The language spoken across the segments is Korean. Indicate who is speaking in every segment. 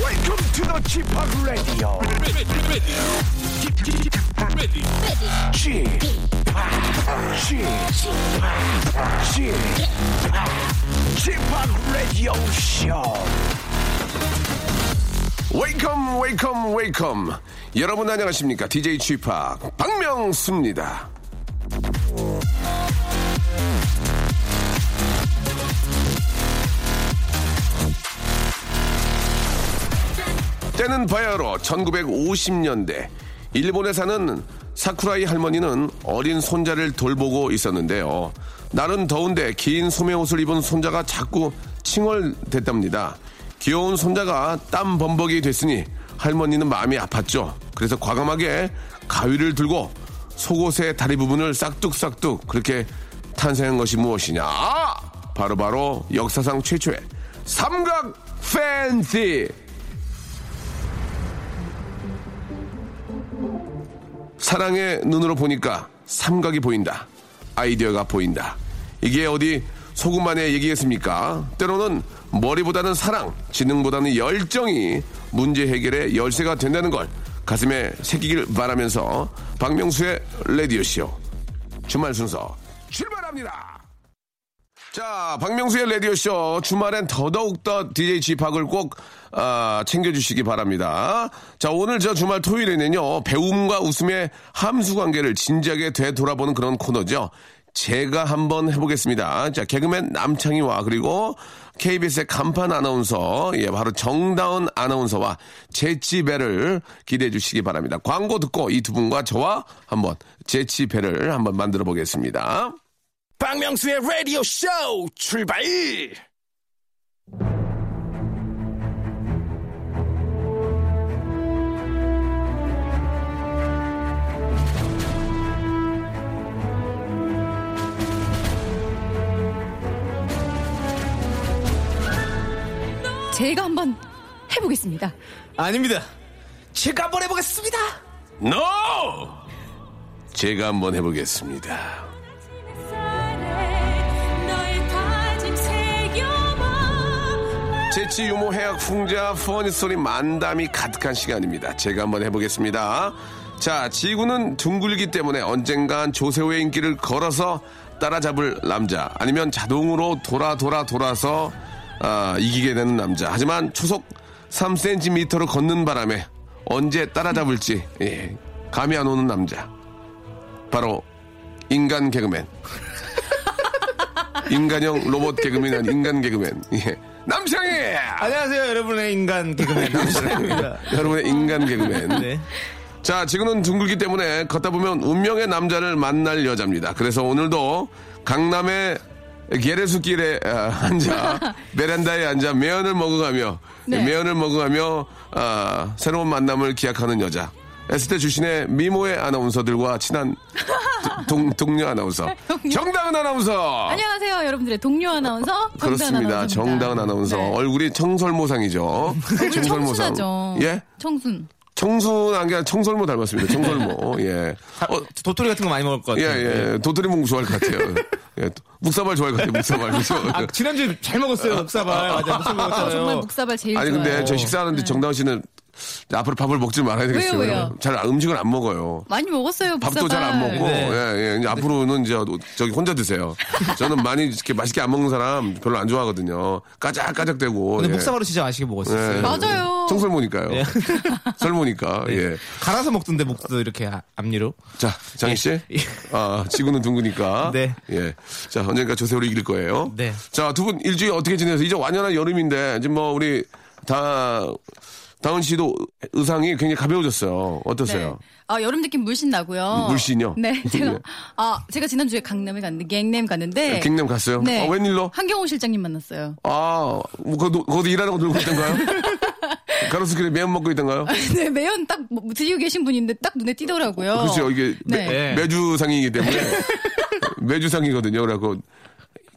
Speaker 1: Welcome to the Chip Radio. Chip Chip Chip Radio Show.
Speaker 2: 웨이컴 웨이컴 웨이컴 여러분 안녕하십니까 DJ 취팍 박명수입니다 때는 바야흐로 1950년대 일본에 사는 사쿠라이 할머니는 어린 손자를 돌보고 있었는데요. 날은 더운데 긴 소매옷을 입은 손자가 자꾸 칭얼댔답니다. 귀여운 손자가 땀 범벅이 됐으니 할머니는 마음이 아팠죠. 그래서 과감하게 가위를 들고 속옷의 다리 부분을 싹둑싹둑 그렇게 탄생한 것이 무엇이냐? 바로 바로 역사상 최초의 삼각 팬티. 사랑의 눈으로 보니까 삼각이 보인다. 아이디어가 보인다. 이게 어디 소금만의 얘기겠습니까? 때로는 머리보다는 사랑, 지능보다는 열정이 문제 해결의 열쇠가 된다는 걸 가슴에 새기길 바라면서 박명수의 레디오쇼 주말 순서 출발합니다. 자, 박명수의 라디오쇼 주말엔 더더욱더 DJ 집학을 꼭 아, 챙겨주시기 바랍니다. 자, 오늘 저 주말 토요일에는요, 배움과 웃음의 함수 관계를 진지하게 되돌아보는 그런 코너죠. 제가 한번 해보겠습니다. 자, 개그맨 남창희와 그리고 KBS의 간판 아나운서, 예, 바로 정다운 아나운서와 재치배를 기대해 주시기 바랍니다. 광고 듣고 이 두 분과 저와 한번 재치배를 한번 만들어 보겠습니다.
Speaker 1: 박명수의 Radio Show 출발.
Speaker 3: 제가 한번 해보겠습니다.
Speaker 4: 아닙니다.
Speaker 1: 제가 한번 해보겠습니다.
Speaker 2: NO! 제가 한번 해보겠습니다. 재치 유모 해학 풍자 퍼니 소리 만담이 가득한 시간입니다. 제가 한번 해보겠습니다. 자, 지구는 둥글기 때문에 언젠간 조세호의 인기를 걸어서 따라잡을 남자 아니면 자동으로 돌아 돌아 돌아서 아, 이기게 되는 남자. 하지만 초속 3cm로 걷는 바람에 언제 따라잡을지 예, 감이 안 오는 남자. 바로 인간 개그맨. 인간형 로봇 개그맨이 아닌 인간 개그맨. 예. 남창희!
Speaker 4: 안녕하세요, 여러분의 인간 개그맨 남신입니다.
Speaker 2: 여러분의 인간 개그맨.
Speaker 4: 네.
Speaker 2: 자, 지금은 둥글기 때문에 걷다 보면 운명의 남자를 만날 여자입니다. 그래서 오늘도 강남의 게레수길에 아, 앉아 베란다에 앉아 매연을 먹어가며
Speaker 3: 네.
Speaker 2: 매연을 먹어가며 아, 새로운 만남을 기약하는 여자. 에스테 출신의 미모의 아나운서들과 친한 동, 동료 아나운서 정다은 아나운서
Speaker 3: 안녕하세요, 여러분들의 동료 아나운서 정다은
Speaker 2: 그렇습니다.
Speaker 3: 아나운서입니다.
Speaker 2: 정다은 아나운서
Speaker 3: 네.
Speaker 2: 얼굴이 청설모상이죠.
Speaker 3: 얼굴 청순하죠.
Speaker 2: 예,
Speaker 3: 청순.
Speaker 2: 청순한 게 아니라 청설모 닮았습니다. 청설모. 예. 어,
Speaker 4: 도토리 같은 거 많이 먹을 것
Speaker 2: 예,
Speaker 4: 같아요.
Speaker 2: 예. 도토리묵 좋아할 것 같아요. 예. 묵사발 좋아할 것 같아요. 묵사발. 묵사발.
Speaker 5: 그렇죠.
Speaker 4: 아, 지난주에 잘 먹었어요, 묵사발. 맞아, 묵사발
Speaker 3: 아,
Speaker 4: 먹었잖아요. 네.
Speaker 3: 정말 묵사발 제일
Speaker 2: 아니,
Speaker 3: 좋아요.
Speaker 2: 근데 저 식사하는데 정다은 씨는 앞으로 밥을 먹지 말아야 되겠어요.
Speaker 3: 왜요, 왜요?
Speaker 2: 잘 음식을 안 먹어요.
Speaker 3: 많이 먹었어요, 묵사발.
Speaker 2: 밥도 잘 안 먹고,
Speaker 4: 네.
Speaker 2: 예, 예. 이제 앞으로는 이제 저기 혼자 드세요. 저는 많이 이렇게 맛있게 안 먹는 사람 별로 안 좋아하거든요. 까작까작되고.
Speaker 4: 근데
Speaker 2: 예.
Speaker 4: 묵사발은 진짜 맛있게 먹었어요.
Speaker 2: 예.
Speaker 3: 맞아요.
Speaker 2: 청설모니까요.
Speaker 4: 예.
Speaker 2: 설모니까,
Speaker 4: 네.
Speaker 2: 예.
Speaker 4: 갈아서 먹던데 목도 이렇게 아- 앞니로.
Speaker 2: 자, 장희 씨.
Speaker 4: 예.
Speaker 2: 아, 지구는 둥그니까.
Speaker 4: 네.
Speaker 2: 예. 자, 언젠가 조세호를 이길 거예요.
Speaker 4: 네.
Speaker 2: 자, 두 분 일주일 어떻게 지내세요? 이제 완연한 여름인데, 이제 뭐, 우리 다 다은 씨도 의상이 굉장히 가벼워졌어요. 어떠세요?
Speaker 3: 아, 여름 느낌 물씬 나고요.
Speaker 2: 물씬이요?
Speaker 3: 네, 제가
Speaker 2: 예.
Speaker 3: 아, 제가 지난주에 강남에 갔는데 갱남 갔는데
Speaker 2: 갱남 갔어요?
Speaker 3: 네.
Speaker 2: 아, 웬일로?
Speaker 3: 한경호 실장님 만났어요.
Speaker 2: 아, 뭐, 거기, 거기 일하라고 들고 있던가요? 가로수길에 매운 먹고 있던가요?
Speaker 3: 네, 매연 딱 뭐, 들고 계신 분인데 딱 눈에 띄더라고요.
Speaker 2: 그렇죠. 이게
Speaker 3: 네.
Speaker 2: 매, 매주상이기 때문에 매주상이거든요. 그래갖고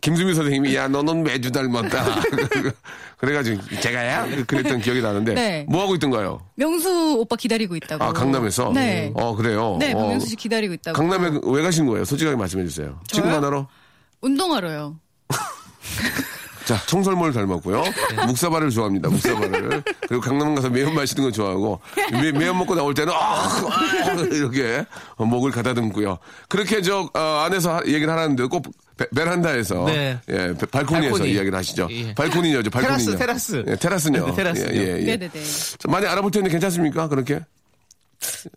Speaker 2: 김수미 선생님이 야 너는 매주 닮았다. 그래가지고 제가야 그랬던 기억이 나는데
Speaker 3: 네.
Speaker 2: 뭐 하고 있던가요?
Speaker 3: 명수 오빠 기다리고 있다고.
Speaker 2: 아 강남에서.
Speaker 3: 네.
Speaker 2: 어 그래요.
Speaker 3: 네,
Speaker 2: 어,
Speaker 3: 박명수 씨 기다리고 있다고.
Speaker 2: 강남에 그왜 가신 거예요? 솔직하게 말씀해 주세요. 친구 하나로.
Speaker 3: 운동하러요.
Speaker 2: 자, 청설모를 닮았고요.
Speaker 5: 네.
Speaker 2: 묵사발을 좋아합니다. 묵사발을. 그리고 강남 가서 매운 맛있는 거 좋아하고 매, 매운 먹고 나올 때는 아, 이렇게 목을 가다듬고요. 그렇게 저 어, 안에서 하- 얘기를 하라는데 꼭 베, 베란다에서
Speaker 5: 네.
Speaker 2: 예, 베- 발코니에서
Speaker 5: 발코니.
Speaker 2: 이야기를 하시죠.
Speaker 5: 예.
Speaker 2: 발코니녀죠.
Speaker 5: 테라스,
Speaker 2: 발코니녀.
Speaker 5: 테라스.
Speaker 2: 예, 테라스녀.
Speaker 5: 네, 테라스녀.
Speaker 2: 예, 예, 예.
Speaker 3: 네네네.
Speaker 2: 자, 많이 알아볼 텐데 괜찮습니까? 그렇게?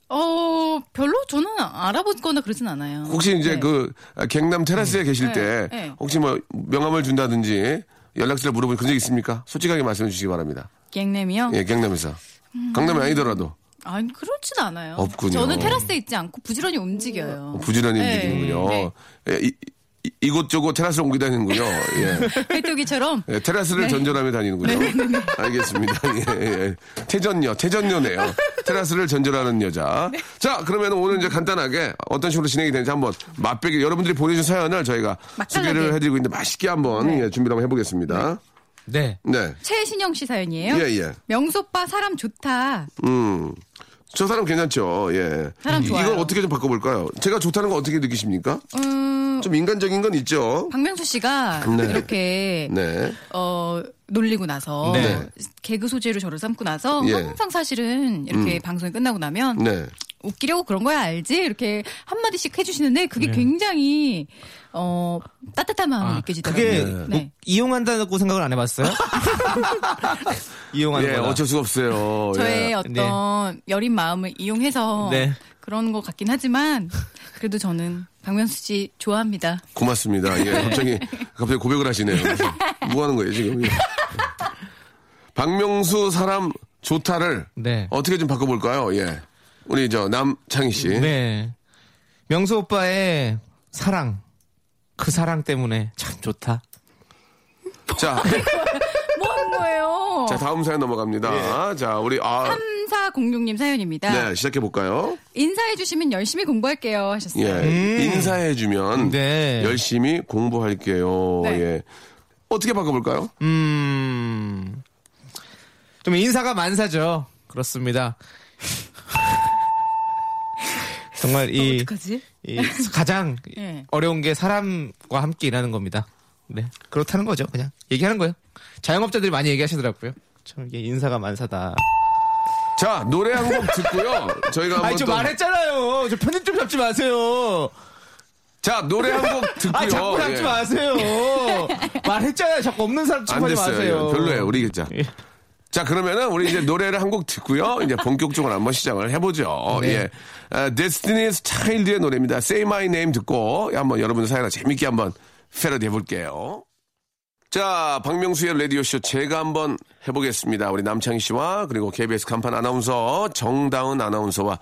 Speaker 3: 어, 별로 저는 알아보거나 그러진 않아요.
Speaker 2: 혹시 이제
Speaker 3: 네.
Speaker 2: 그 아, 갱남 테라스에 계실
Speaker 3: 네,
Speaker 2: 때
Speaker 3: 네.
Speaker 2: 혹시 뭐 명함을 준다든지 연락처를 물어본 그런 적 있습니까? 솔직하게 말씀해 주시기 바랍니다.
Speaker 3: 갱남이요?
Speaker 2: 예, 경남에서. 강남이 아니더라도
Speaker 3: 아니 그렇진 않아요.
Speaker 2: 없군요. 어,
Speaker 3: 저는 테라스에 있지 않고 부지런히 움직여요.
Speaker 2: 부지런히
Speaker 3: 네.
Speaker 2: 움직이는군요.
Speaker 3: 네.
Speaker 2: 예, 이, 곳저곳 테라스를 옮기 다니는군요. 예.
Speaker 3: 메뚜기처럼
Speaker 2: 예,
Speaker 3: 네.
Speaker 2: 테라스를 전전하며 다니는군요. 알겠습니다. 예, 예. 태전녀, 태전녀네요. 테라스를 전전하는 여자.
Speaker 3: 네.
Speaker 2: 자, 그러면 오늘 이제 간단하게 어떤 식으로 진행이 되는지 한번 맛보기, 여러분들이 보내준 사연을 저희가
Speaker 3: 맛깔나게. 네.
Speaker 2: 소개를 해드리고 있는데 맛있게 한번 예, 준비를 한번 해보겠습니다.
Speaker 5: 네.
Speaker 2: 네.
Speaker 3: 최신영 씨 사연이에요.
Speaker 2: 예, 예.
Speaker 3: 명수 오빠 사람 좋다.
Speaker 2: 음. 저 사람 괜찮죠. 예.
Speaker 3: 사람
Speaker 2: 이-
Speaker 3: 좋아요.
Speaker 2: 이걸 어떻게 좀 바꿔볼까요? 제가 좋다는 거 어떻게 느끼십니까?
Speaker 3: 음,
Speaker 2: 좀 인간적인 건 있죠.
Speaker 3: 박명수 씨가
Speaker 2: 네.
Speaker 3: 이렇게
Speaker 2: 네.
Speaker 3: 어, 놀리고 나서
Speaker 5: 네.
Speaker 3: 개그 소재로 저를 삼고 나서
Speaker 2: 예. 음.
Speaker 3: 항상 사실은 이렇게 방송이 끝나고 나면
Speaker 2: 네.
Speaker 3: 웃기려고 그런 거야 알지 이렇게 한 마디씩 해주시는데 그게
Speaker 5: 네.
Speaker 3: 굉장히 어, 따뜻한 마음이 느껴지더라고요.
Speaker 5: 아, 그게
Speaker 3: 네.
Speaker 5: 뭐 이용한다고 생각을 안 해봤어요? 이용하는
Speaker 2: 예,
Speaker 5: 거다.
Speaker 2: 어쩔 수가 없어요.
Speaker 3: 저의
Speaker 2: 예.
Speaker 3: 어떤 여린 마음을 이용해서
Speaker 5: 네.
Speaker 3: 그런 것 같긴 하지만 그래도 저는 박명수 씨 좋아합니다.
Speaker 2: 고맙습니다. 예. 갑자기, 갑자기 고백을 하시네요. 뭐 하는 거예요, 지금? 예. 박명수 사람 좋다를
Speaker 5: 네.
Speaker 2: 어떻게 좀 바꿔볼까요? 예. 우리 저 남창희 씨.
Speaker 5: 네. 명수 오빠의 사랑. 그 사랑 때문에 참 좋다.
Speaker 2: 자,
Speaker 3: 뭐한 거예요?
Speaker 2: 자, 다음 사연 넘어갑니다.
Speaker 5: 예.
Speaker 2: 자, 우리, 아,
Speaker 3: 3406님 사연입니다.
Speaker 2: 네, 시작해볼까요?
Speaker 3: 인사해주시면 열심히 공부할게요 하셨어요.
Speaker 2: 예. 인사해주면
Speaker 5: 음. 네.
Speaker 2: 열심히 공부할게요.
Speaker 3: 네.
Speaker 2: 예. 어떻게 바꿔볼까요?
Speaker 5: 음. 좀 인사가 만사죠. 그렇습니다. 정말 이,
Speaker 3: 어떡하지?
Speaker 5: 이 가장
Speaker 3: 예.
Speaker 5: 어려운 게 사람과 함께 일하는 겁니다. 네. 그렇다는 거죠. 그냥 얘기하는 거예요. 자영업자들이 많이 얘기하시더라고요. 참 이게 인사가 만사다.
Speaker 2: 자, 노래 한 곡 듣고요. 저희가 한번
Speaker 5: 아니 저
Speaker 2: 또-
Speaker 5: 말했잖아요. 저 편집 좀 잡지 마세요.
Speaker 2: 자, 노래 한 곡 듣고요.
Speaker 5: 아 자꾸 잡지
Speaker 2: 예.
Speaker 5: 마세요. 말했잖아요. 자꾸 없는 사람
Speaker 2: 안
Speaker 5: 취급하지
Speaker 2: 됐어요.
Speaker 5: 마세요.
Speaker 2: 예, 별로예요. 우리 이제.
Speaker 5: 예.
Speaker 2: 자, 그러면은 우리 이제 노래를 한 곡 듣고요. 이제 본격적으로 한번 시작을 해보죠.
Speaker 5: 네.
Speaker 2: 예. 아, Destiny's Child의 노래입니다. Say My Name 듣고 한번 여러분 사연을 재밌게 한번 패러디 해볼게요. 자, 박명수의 라디오쇼 제가 한번 해보겠습니다. 우리 남창희 씨와 그리고 KBS 간판 아나운서 정다은 아나운서와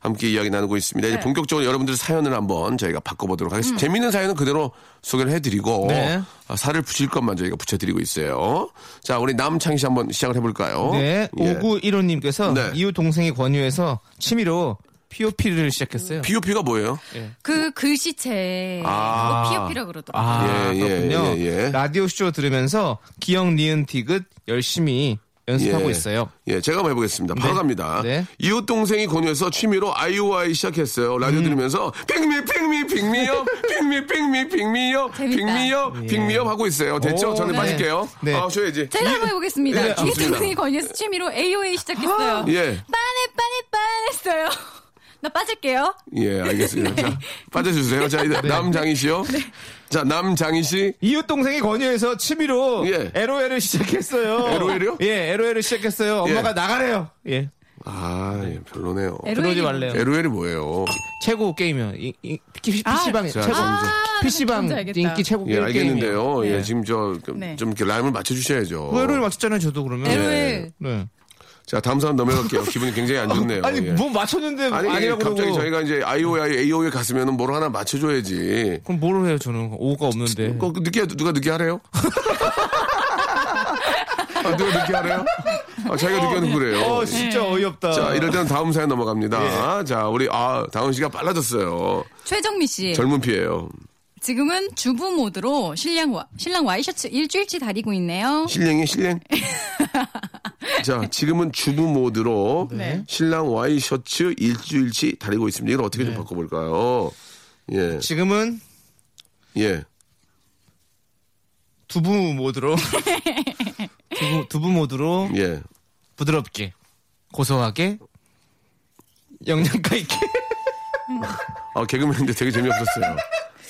Speaker 2: 함께 이야기 나누고 있습니다. 이제 본격적으로 여러분들 사연을 한번 저희가 바꿔보도록 하겠습니다. 재밌는 사연은 그대로 소개를 해드리고
Speaker 5: 네.
Speaker 2: 아, 살을 붙일 것만 저희가 붙여드리고 있어요. 자, 우리 남창희 씨 한번 시작을 해볼까요?
Speaker 5: 네.
Speaker 2: 예.
Speaker 5: 5915님께서
Speaker 2: 네.
Speaker 5: 이웃 동생이 권유해서 취미로 POP를 시작했어요.
Speaker 2: POP가 뭐예요?
Speaker 3: 그 글씨체
Speaker 2: 아.
Speaker 3: 그거 피업이라 그러더라고요.
Speaker 5: 아,
Speaker 2: 예, 예,
Speaker 5: 그렇군요.
Speaker 2: 예, 예.
Speaker 5: 라디오 쇼 들으면서 기억, 니은, 디귿 열심히 연습하고
Speaker 2: 예.
Speaker 5: 있어요.
Speaker 2: 예, 제가 한번 해보겠습니다. 바로
Speaker 5: 네.
Speaker 2: 갑니다.
Speaker 5: 네.
Speaker 2: 이웃 동생이 권유해서 취미로 아이오아이 시작했어요. 라디오
Speaker 5: 음.
Speaker 2: 들으면서 핑미 핑미 핑미요, 핑미 핑미 핑미요,
Speaker 3: 재밌다.
Speaker 2: 핑미요, 핑미요 하고 있어요. 됐죠?
Speaker 5: 예. 오,
Speaker 2: 저는
Speaker 5: 네.
Speaker 2: 빠질게요.
Speaker 5: 네.
Speaker 2: 아, 쉬어야지.
Speaker 3: 제가 한번
Speaker 2: 예,
Speaker 3: 해보겠습니다. 이게
Speaker 2: 좋습니다.
Speaker 3: 동생이 걸려서 취미로 AOA 시작했어요.
Speaker 2: 예,
Speaker 3: 빠네 빠네 빠했어요. 나 빠질게요.
Speaker 5: 어,
Speaker 2: 예, 알겠습니다.
Speaker 3: 네.
Speaker 2: 자, 빠져주세요. 자,
Speaker 5: 네.
Speaker 2: 이제 남장희 씨요. 자, 남장희 씨.
Speaker 5: 이웃 동생이 권유해서 취미로
Speaker 2: 예.
Speaker 5: LOL을 시작했어요.
Speaker 2: LOL 이요?
Speaker 5: 예, LOL을 시작했어요.
Speaker 2: 예.
Speaker 5: 엄마가 나가래요. 예.
Speaker 2: 아, 예, 별로네요.
Speaker 5: 들어오지
Speaker 3: LOL.
Speaker 5: 말래요.
Speaker 2: LOL이 뭐예요?
Speaker 5: 최고 게임이요. 이, 이, PC,
Speaker 3: 아,
Speaker 5: PC방,
Speaker 2: 자,
Speaker 5: 최고.
Speaker 2: 아,
Speaker 5: PC방
Speaker 3: 뭔지 알겠다.
Speaker 5: 인기 최고
Speaker 2: 예,
Speaker 5: 게임.
Speaker 2: 알겠는데요. 예,
Speaker 5: 예.
Speaker 2: 지금 저, 좀
Speaker 3: 네.
Speaker 2: 이렇게 라임을 맞춰주셔야죠.
Speaker 5: LOL 맞췄잖아요, 저도 그러면.
Speaker 3: LOL.
Speaker 5: 네.
Speaker 2: 자, 다음 사람 넘어갈게요. 기분이 굉장히 안 좋네요.
Speaker 5: 아니
Speaker 2: 예.
Speaker 5: 뭐 맞췄는데
Speaker 2: 아니,
Speaker 5: 아니, 라고
Speaker 2: 갑자기
Speaker 5: 그러고.
Speaker 2: 저희가 이제 IOI, AO에 갔으면은 뭘 하나 맞춰줘야지.
Speaker 5: 그럼 뭘 해요 저는 오가 없는데
Speaker 2: 그거 늦게 누가 늦게 하래요? 아, 누가 늦게 하래요? 아, 자기가 늦게 하는 그래요.
Speaker 5: 어 예. 진짜 어이없다
Speaker 2: 자, 이럴 때는 다음 사연 넘어갑니다. 자, 우리 아 다은 씨가 빨라졌어요.
Speaker 3: 최정미 씨.
Speaker 2: 젊은 피예요.
Speaker 3: 지금은 주부 모드로 신랑, 와, 신랑 와이셔츠 일주일치 다리고 있네요.
Speaker 2: 실랭이 실랭. 자, 지금은 주부 모드로
Speaker 3: 네.
Speaker 2: 신랑 와이셔츠 일주일치 다리고 있습니다. 이걸 어떻게 좀 바꿔볼까요? 예,
Speaker 5: 네. 지금은
Speaker 2: 예.
Speaker 5: 두부 모드로 두부, 두부 모드로
Speaker 2: 예.
Speaker 5: 부드럽게 고소하게 영양가 있게
Speaker 2: 아, 개그맨인데 되게 재미없었어요.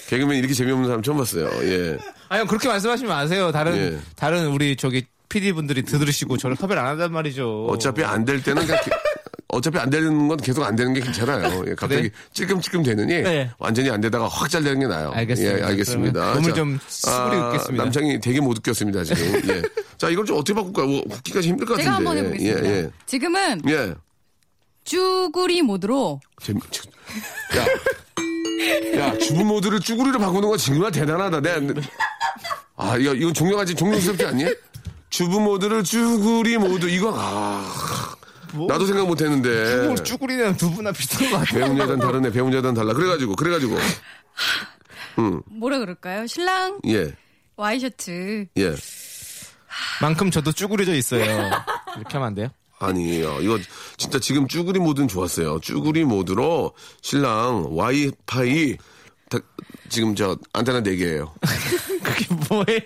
Speaker 2: 개그맨 이렇게 재미없는 사람 처음 봤어요. 예.
Speaker 5: 아니 형, 그렇게 말씀하시면 아세요 다른
Speaker 2: 예.
Speaker 5: 다른 우리 저기 PD 분들이 들으시고 저를 섭외를 안 한단 말이죠
Speaker 2: 어차피 안 될 때는 그냥 게- 어차피 안 되는 건 계속 안 되는 게 괜찮아요. 예, 갑자기
Speaker 5: 그래?
Speaker 2: 찔끔찔끔 되느니
Speaker 5: 네.
Speaker 2: 완전히 안 되다가 확 잘 되는 게 나아요.
Speaker 5: 알겠습니다.
Speaker 2: 예, 알겠습니다.
Speaker 5: 그러면 몸을
Speaker 2: 자, 아,
Speaker 5: 좀 수그리 웃겠습니다.
Speaker 2: 남창이 되게 못 웃겼습니다, 지금. 예. 자, 이걸 좀 어떻게 바꿀까요? 뭐, 웃기까지 힘들 것 같은데.
Speaker 5: 아,
Speaker 3: 제가 한번 해보겠습니다.
Speaker 2: 예,
Speaker 3: 지금은
Speaker 2: 예. 예.
Speaker 3: 쭈구리 모드로
Speaker 2: 재미, 참. 야. 야, 주부 모드를 쭈구리로 바꾸는 건 정말 대단하다. 내가. 아, 이거, 이건 존경하지, 존경스럽지 않니? 주부 모드를 쭈구리 모드, 이거, 아. 나도 생각 못 했는데.
Speaker 5: 쭈구리는 두부나 비슷한 것 같아요
Speaker 2: 배운 여자는 다르네, 배운 여자는 달라. 그래가지고, 그래가지고.
Speaker 3: 뭐라 그럴까요? 신랑
Speaker 2: 예,
Speaker 3: 와이셔츠
Speaker 2: 예.
Speaker 5: 만큼 저도 쭈구려져 있어요 이렇게 하면 안 돼요?
Speaker 2: 아니에요. 이거 진짜 지금 쭈구리 모드는 좋았어요. 쭈구리 모드로 신랑 와이파이 다- 지금 저 안테나 4개예요.
Speaker 5: 그게 뭐예요?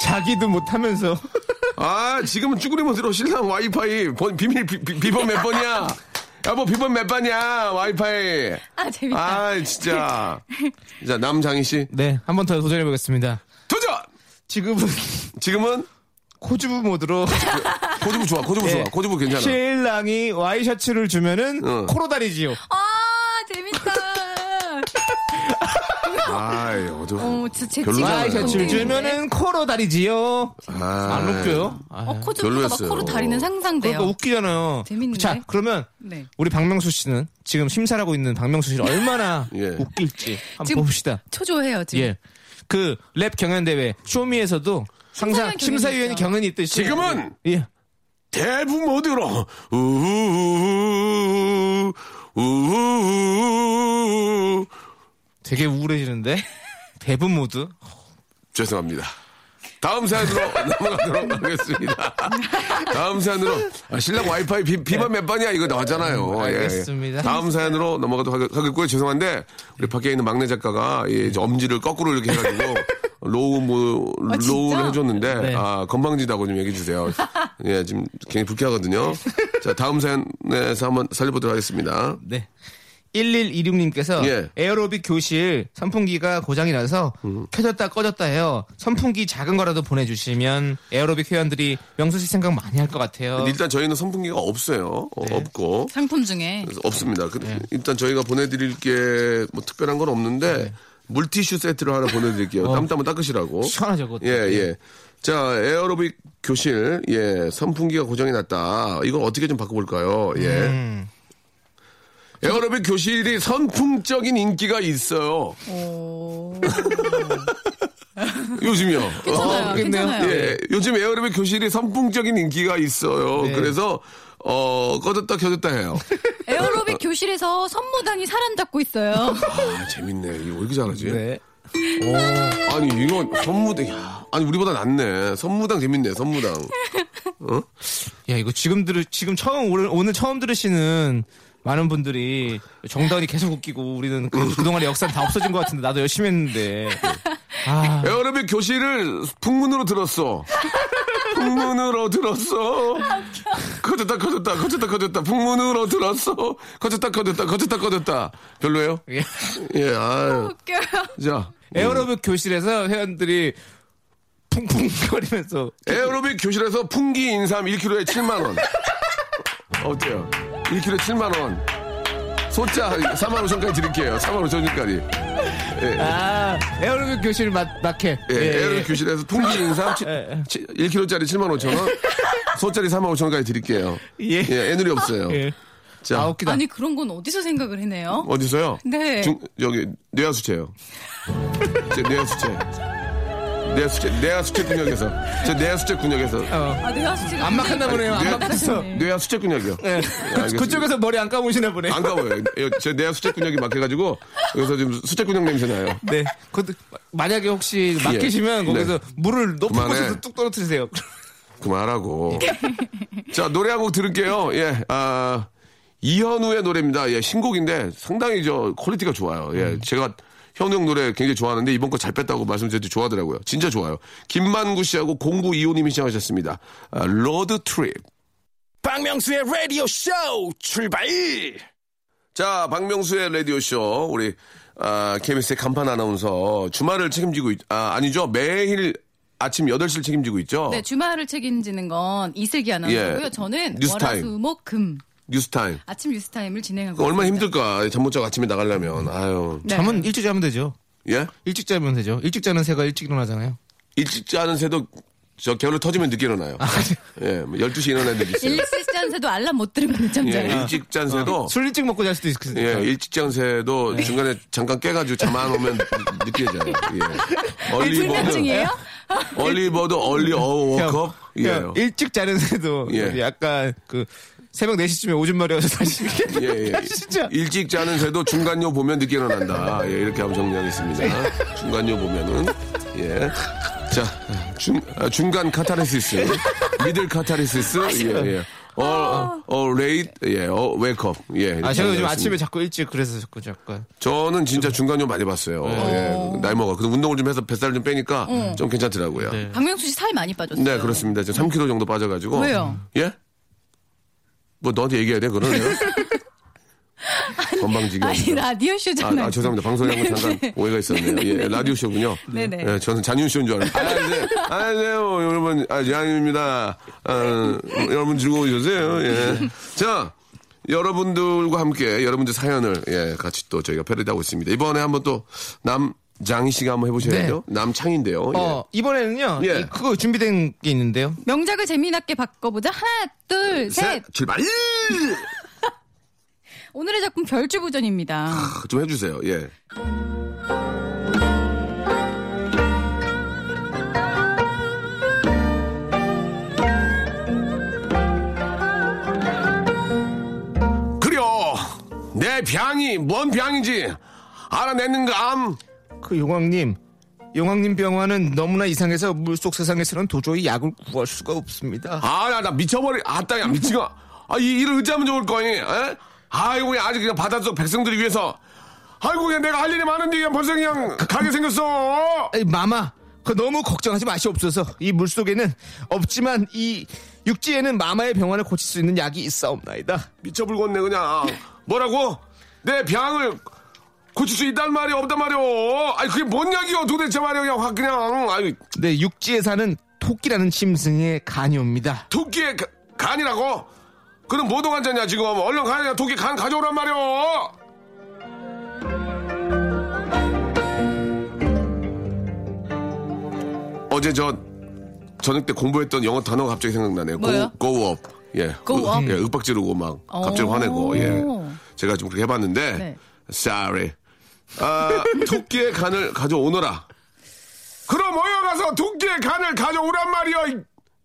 Speaker 5: 자기도 못하면서
Speaker 2: 아, 지금은 쭈구리 모드로 신랑 와이파이 번- 비밀 비, 비- 비번 몇 번이야? 여보 비번 몇 번이야? 와이파이.
Speaker 3: 아 재밌다
Speaker 2: 아, 진짜. 자, 남장희 씨
Speaker 5: 네 한 번 더 도전해 보겠습니다
Speaker 2: 도전.
Speaker 5: 지금은
Speaker 2: 지금은
Speaker 5: 코주부 모드로
Speaker 2: 고주부 좋아. 고주부 좋아.
Speaker 5: 예.
Speaker 2: 고주부 괜찮아.
Speaker 5: 신랑이 와이셔츠를 주면은
Speaker 2: 응.
Speaker 5: 코로 다리지요
Speaker 3: 아 재밌다
Speaker 2: 아이, 어두.
Speaker 3: 어, 진짜 제
Speaker 2: 별로잖아요.
Speaker 3: 친구가
Speaker 5: 와이셔츠를
Speaker 3: 네.
Speaker 5: 주면은 코로 다리지요
Speaker 2: 아,
Speaker 5: 안 웃겨요?
Speaker 3: 어, 코주부가 막
Speaker 2: 별로였어요.
Speaker 3: 코로 다리는 상상돼요
Speaker 5: 그러니까 웃기잖아요
Speaker 3: 재밌는데?
Speaker 5: 자 그러면
Speaker 3: 네.
Speaker 5: 우리 박명수 씨는 지금 심사를 하고 있는 박명수 씨를 얼마나
Speaker 2: 예.
Speaker 5: 웃길지 한번
Speaker 3: 지금
Speaker 5: 봅시다
Speaker 3: 초조해요 지금
Speaker 5: 예. 그 랩 경연대회 쇼미에서도 항상
Speaker 3: 심사위원
Speaker 5: 심사위원이
Speaker 3: 경연이 있죠.
Speaker 5: 경연이 있듯이
Speaker 2: 지금은
Speaker 5: 예.
Speaker 2: 대부 모드로 우우우우 우우우우
Speaker 5: 되게 우울해지는데 대분 모두
Speaker 2: 죄송합니다. 다음 사연으로 넘어가도록 하겠습니다. 다음 사연으로 아, 신랑 와이파이 비, 비만 몇 번이야 이거 나왔잖아요. 예, 예.
Speaker 5: 음, 알겠습니다.
Speaker 2: 다음 사연으로 넘어가도록 하겠- 하겠고요. 죄송한데 우리 밖에 있는 막내 작가가 예, 이제 엄지를 거꾸로 이렇게 해가지고 로우 뭐
Speaker 3: 아, 진짜?
Speaker 2: 로우를 해줬는데
Speaker 5: 네.
Speaker 2: 아 건방지다고 좀 얘기해 주세요. 예 지금 굉장히 불쾌하거든요. 자 다음 사연에서 한번 살려보도록 하겠습니다.
Speaker 5: 네. 1126님께서
Speaker 2: 예.
Speaker 5: 에어로빅 교실 선풍기가 고장이 나서
Speaker 2: 음.
Speaker 5: 켜졌다 꺼졌다 해요. 선풍기 작은 거라도 보내주시면 에어로빅 회원들이 명수 씨 생각 많이 할 것 같아요.
Speaker 2: 일단 저희는 선풍기가 없어요.
Speaker 5: 네.
Speaker 2: 어, 없고
Speaker 3: 상품 중에
Speaker 2: 그래서 없습니다. 그- 일단 저희가 보내드릴 게 뭐 특별한 건 없는데 물티슈 세트를 하나 보내드릴게요. 땀땀은 닦으시라고.
Speaker 5: 네. 어. 시원하죠, 그것도. 네.
Speaker 2: 예, 예. 자, 에어로빅 교실, 예, 선풍기가 고장이 났다. 이걸 어떻게 좀 바꿔볼까요? 예.
Speaker 5: 음.
Speaker 2: 에어로빅 교실이 선풍적인 인기가 있어요.
Speaker 3: 오
Speaker 2: 요즘요.
Speaker 3: 괜찮아요
Speaker 5: 어, 그렇겠네요.
Speaker 3: 괜찮아요
Speaker 2: 예, 요즘 에어로빅 교실이 선풍적인 인기가 있어요.
Speaker 5: 네.
Speaker 2: 그래서 어 꺼졌다 켜졌다 해요.
Speaker 3: 에어로빅 교실에서 선무당이 사람 잡고 있어요
Speaker 2: 아 재밌네. 이거 왜 이렇게 잘하지?
Speaker 5: 네.
Speaker 2: 아니 이건 선무당 야, 아니 우리보다 낫네 선무당 재밌네 선무당
Speaker 5: 야 이거 지금 들으 지금 처음 오늘, 오늘 처음 들으시는 많은 분들이 정다운이 계속 웃기고 우리는 그,
Speaker 2: 음.
Speaker 5: 그동안의 역사는 다 없어진 것 같은데 나도 열심히 했는데 아
Speaker 2: 에어로빅 교실을 풍문으로 들었어 풍문으로 들었어 커졌다 커졌다 커졌다 커졌다 풍문으로 들었어 커졌다 커졌다 커졌다 커졌다 별로예요
Speaker 5: 예.
Speaker 2: 예 아유
Speaker 3: 웃겨요
Speaker 2: 자
Speaker 5: 에어로빅 교실에서 회원들이 쿵쿵거리면서
Speaker 2: 에어로빅 교실에서 풍기 인삼 1kg에 7만 원 어때요 1kg에 7만 원 소자 4만 5천까지 드릴게요 4만 5천까지
Speaker 5: 아 에어로빅 교실 맛 마켓
Speaker 2: 예,
Speaker 5: 예,
Speaker 2: 에어로
Speaker 5: 예.
Speaker 2: 교실에서 풍기 인삼 1kg짜리 7만 5천 원. 소짜리 3만 5천 원까지 드릴게요.
Speaker 5: 예.
Speaker 2: 애늘이 없어요.
Speaker 5: 예.
Speaker 2: 자,
Speaker 5: 아 웃기다.
Speaker 3: 아니 그런 건 어디서 생각을
Speaker 2: 뭐,
Speaker 3: 해내요?
Speaker 2: 어디서요?
Speaker 3: 네.
Speaker 2: 중, 여기 뇌하수체요. 제 뇌하수체. 뇌하수체, 뇌하수체 근육에서. 제 뇌하수체 근육에서.
Speaker 5: 어.
Speaker 3: 아 내가 진짜
Speaker 5: 안 막았나 보네요. 안
Speaker 2: 뇌-
Speaker 5: 막았어.
Speaker 2: 뇌하수체 근육이요.
Speaker 5: 예. 그,
Speaker 2: 알겠습니다.
Speaker 5: 그쪽에서 머리 안 감으시나 보네.
Speaker 2: 안 가워요. 예, 제 뇌하수체 근육이 막혀가지고 여기서 지금 수체 근육 냄새 나요.
Speaker 5: 네. 그, 만약에 혹시 막히시면
Speaker 2: 네.
Speaker 5: 거기서 물을 높은
Speaker 2: 그만해.
Speaker 5: 곳에서 뚝 떨어뜨리세요.
Speaker 2: 그만하고. 자, 노래 한 곡 들을게요. 예, 아, 이현우의 노래입니다. 예, 신곡인데 상당히 저 퀄리티가 좋아요. 예, 제가 현우 형 노래 굉장히 좋아하는데 이번 거 잘 뺐다고 말씀드렸더니 좋아하더라고요. 진짜 좋아요. 김만구 씨하고 공구 이호님이 시작하셨습니다. 아, 로드 트립.
Speaker 1: 박명수의 라디오 쇼 출발!
Speaker 2: 자, 박명수의 라디오쇼, 우리, 아, KBS의 간판 아나운서, 주말을 책임지고, 있, 아, 아니죠. 매일 아침 8시를 책임지고 있죠.
Speaker 3: 네 주말을 책임지는 건 이슬기 아나운서고요.
Speaker 2: 예.
Speaker 3: 저는
Speaker 2: 뉴스타임.
Speaker 3: 월화수목금
Speaker 2: 뉴스타임.
Speaker 3: 아침 뉴스타임을 진행하고
Speaker 2: 얼마나
Speaker 3: 있습니다.
Speaker 2: 힘들까. 잠 못 자고 아침에 나가려면. 아유.
Speaker 3: 네.
Speaker 5: 잠은 일찍 자면 되죠.
Speaker 2: 예?
Speaker 5: 일찍 자면 되죠. 일찍 자는 새가 일찍 일어나잖아요.
Speaker 2: 일찍 자는 새도 저 겨울로 터지면 늦게 일어나요.
Speaker 5: 아, 네.
Speaker 2: 예, 뭐 12시에 일어나는 데도 있어요.
Speaker 3: 일찍 잔새도 알람 못 들으면 못 잠자요.
Speaker 2: 예, 일찍 잔 새도.
Speaker 5: 아, 술 일찍 먹고 잘 수도 있을 것
Speaker 2: 예,
Speaker 5: 같아요. 네.
Speaker 2: 일찍 잔 새도 중간에 잠깐 깨가지고 잠 안 오면 늦게 자요. 예. 얼리 버드.
Speaker 3: 네, 불면증이에요?
Speaker 2: 얼리 버드, 얼리 어워컵. 예.
Speaker 5: 그냥 그러니까 일찍 자는 새도
Speaker 2: 예.
Speaker 5: 약간 그 새벽 4시쯤에 오줌 마려워서 다시 이렇게
Speaker 2: 예, 예.
Speaker 5: 진짜
Speaker 2: 일찍 자는 새도 중간요 보면 늦게 일어난다. 예, 이렇게 한번
Speaker 5: 네.
Speaker 2: 정리하겠습니다. 중간요 보면은. 예. 자, 중, 아, 중간 카타르시스. 미들 카타르시스.
Speaker 5: 아,
Speaker 2: 예, 예. 어, 어, 레이트, 예, 어, 웨이크업. 예. 이렇게
Speaker 5: 아 제가 요즘
Speaker 2: 정리하겠습니다.
Speaker 5: 아침에 자꾸 일찍 그래서 자꾸 약간
Speaker 2: 저는 진짜 중간요 많이 봤어요.
Speaker 5: 네.
Speaker 2: 예. 나이 먹어. 근데 운동을 좀 해서 뱃살 좀 빼니까 좀 괜찮더라고요. 네.
Speaker 3: 박명수 씨 살 많이 빠졌어요.
Speaker 2: 그렇습니다. 지금 3kg 정도 빠져가지고.
Speaker 3: 왜요?
Speaker 2: 예? 뭐 너한테 얘기해야 돼, 그러네요. 건방지게.
Speaker 3: 아니 라디오
Speaker 2: 아,
Speaker 3: 쇼잖아요.
Speaker 2: 아, 죄송합니다. 방송에 한 건 잠깐
Speaker 3: 네.
Speaker 2: 오해가 있었네요. 예, 라디오쇼군요.
Speaker 3: 네네.
Speaker 2: 예, 저는 잔윤쇼인 줄 알았는데. 아, 네. 안녕하세요, 여러분. 아, 잔윤입니다. 아, 여러분 즐거우셨어요? 예. 자, 여러분들과 함께 여러분들 사연을 예, 같이 또 저희가 패러디하고 있습니다. 이번에 한번 또 남장희 씨가 한번 해보셔야죠.
Speaker 3: 네.
Speaker 2: 남창인데요.
Speaker 5: 어 이번에는요
Speaker 2: 예.
Speaker 5: 이- 그거 준비된 게 있는데요
Speaker 3: 명작을 재미나게 바꿔보자. 하나, 둘,
Speaker 2: 예. 셋,
Speaker 3: 셋.
Speaker 2: 출발!
Speaker 3: 오늘의 작품 결주부전입니다.
Speaker 2: 좀 해주세요. 예. 그려 내 병이 뭔 병인지 알아냈는가 암?
Speaker 5: 그 용왕님 용왕님 병화는 너무나 이상해서 물속 세상에서는 도저히 약을 구할 수가 없습니다
Speaker 2: 아나 나 미쳐버리 아따 야 미치가 아이 일을 어찌하면 좋을 거니? 에? 아이고 그냥 아직 그냥 바닷속 백성들을 위해서 아이고 그냥 내가 할 일이 많은데 그냥 벌써 그냥 가게 생겼어.
Speaker 5: 아이, 마마 그 너무 걱정하지 마시옵소서 이 물속에는 없지만 이 육지에는 마마의 병화를 고칠 수 있는 약이 있사옵나이다
Speaker 2: 미쳐불겠네 그냥 뭐라고 내 병을 고칠 수 있단 말이 없단 말이오 아니 그게 뭔 약이오 도대체 말이오 그냥 확 그냥 아니
Speaker 5: 네 육지에 사는 토끼라는 짐승의 간이 옵니다
Speaker 2: 토끼의 가- 간이라고 그럼 뭐도 간자냐 지금 얼른 가야 토끼 간 가져오란 말이오 어제 저 저녁 때 공부했던 영어 단어가 갑자기 생각나네요
Speaker 3: 뭐요? 어.
Speaker 2: go, go up 예,
Speaker 3: Go
Speaker 2: 으-
Speaker 3: up?
Speaker 2: 예, 윽박 지르고 막 갑자기
Speaker 3: 오.
Speaker 2: 화내고 예. 제가 좀 그렇게 해봤는데
Speaker 3: 네.
Speaker 2: sorry 아, 토끼의 간을 가져오너라 그럼 모여가서 토끼의 간을 가져오란 말이여 이-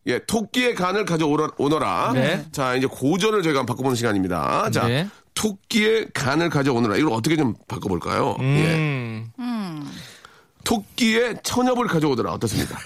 Speaker 2: 예, 토끼의 간을 가져오너라
Speaker 5: 네.
Speaker 2: 자 이제 고전을 저희가 한번 바꿔보는 시간입니다 자
Speaker 5: 네.
Speaker 2: 토끼의 간을 가져오너라 이걸 어떻게 좀 바꿔볼까요 예.
Speaker 5: 음.
Speaker 2: 토끼의 천엽을 가져오더라 어떻습니까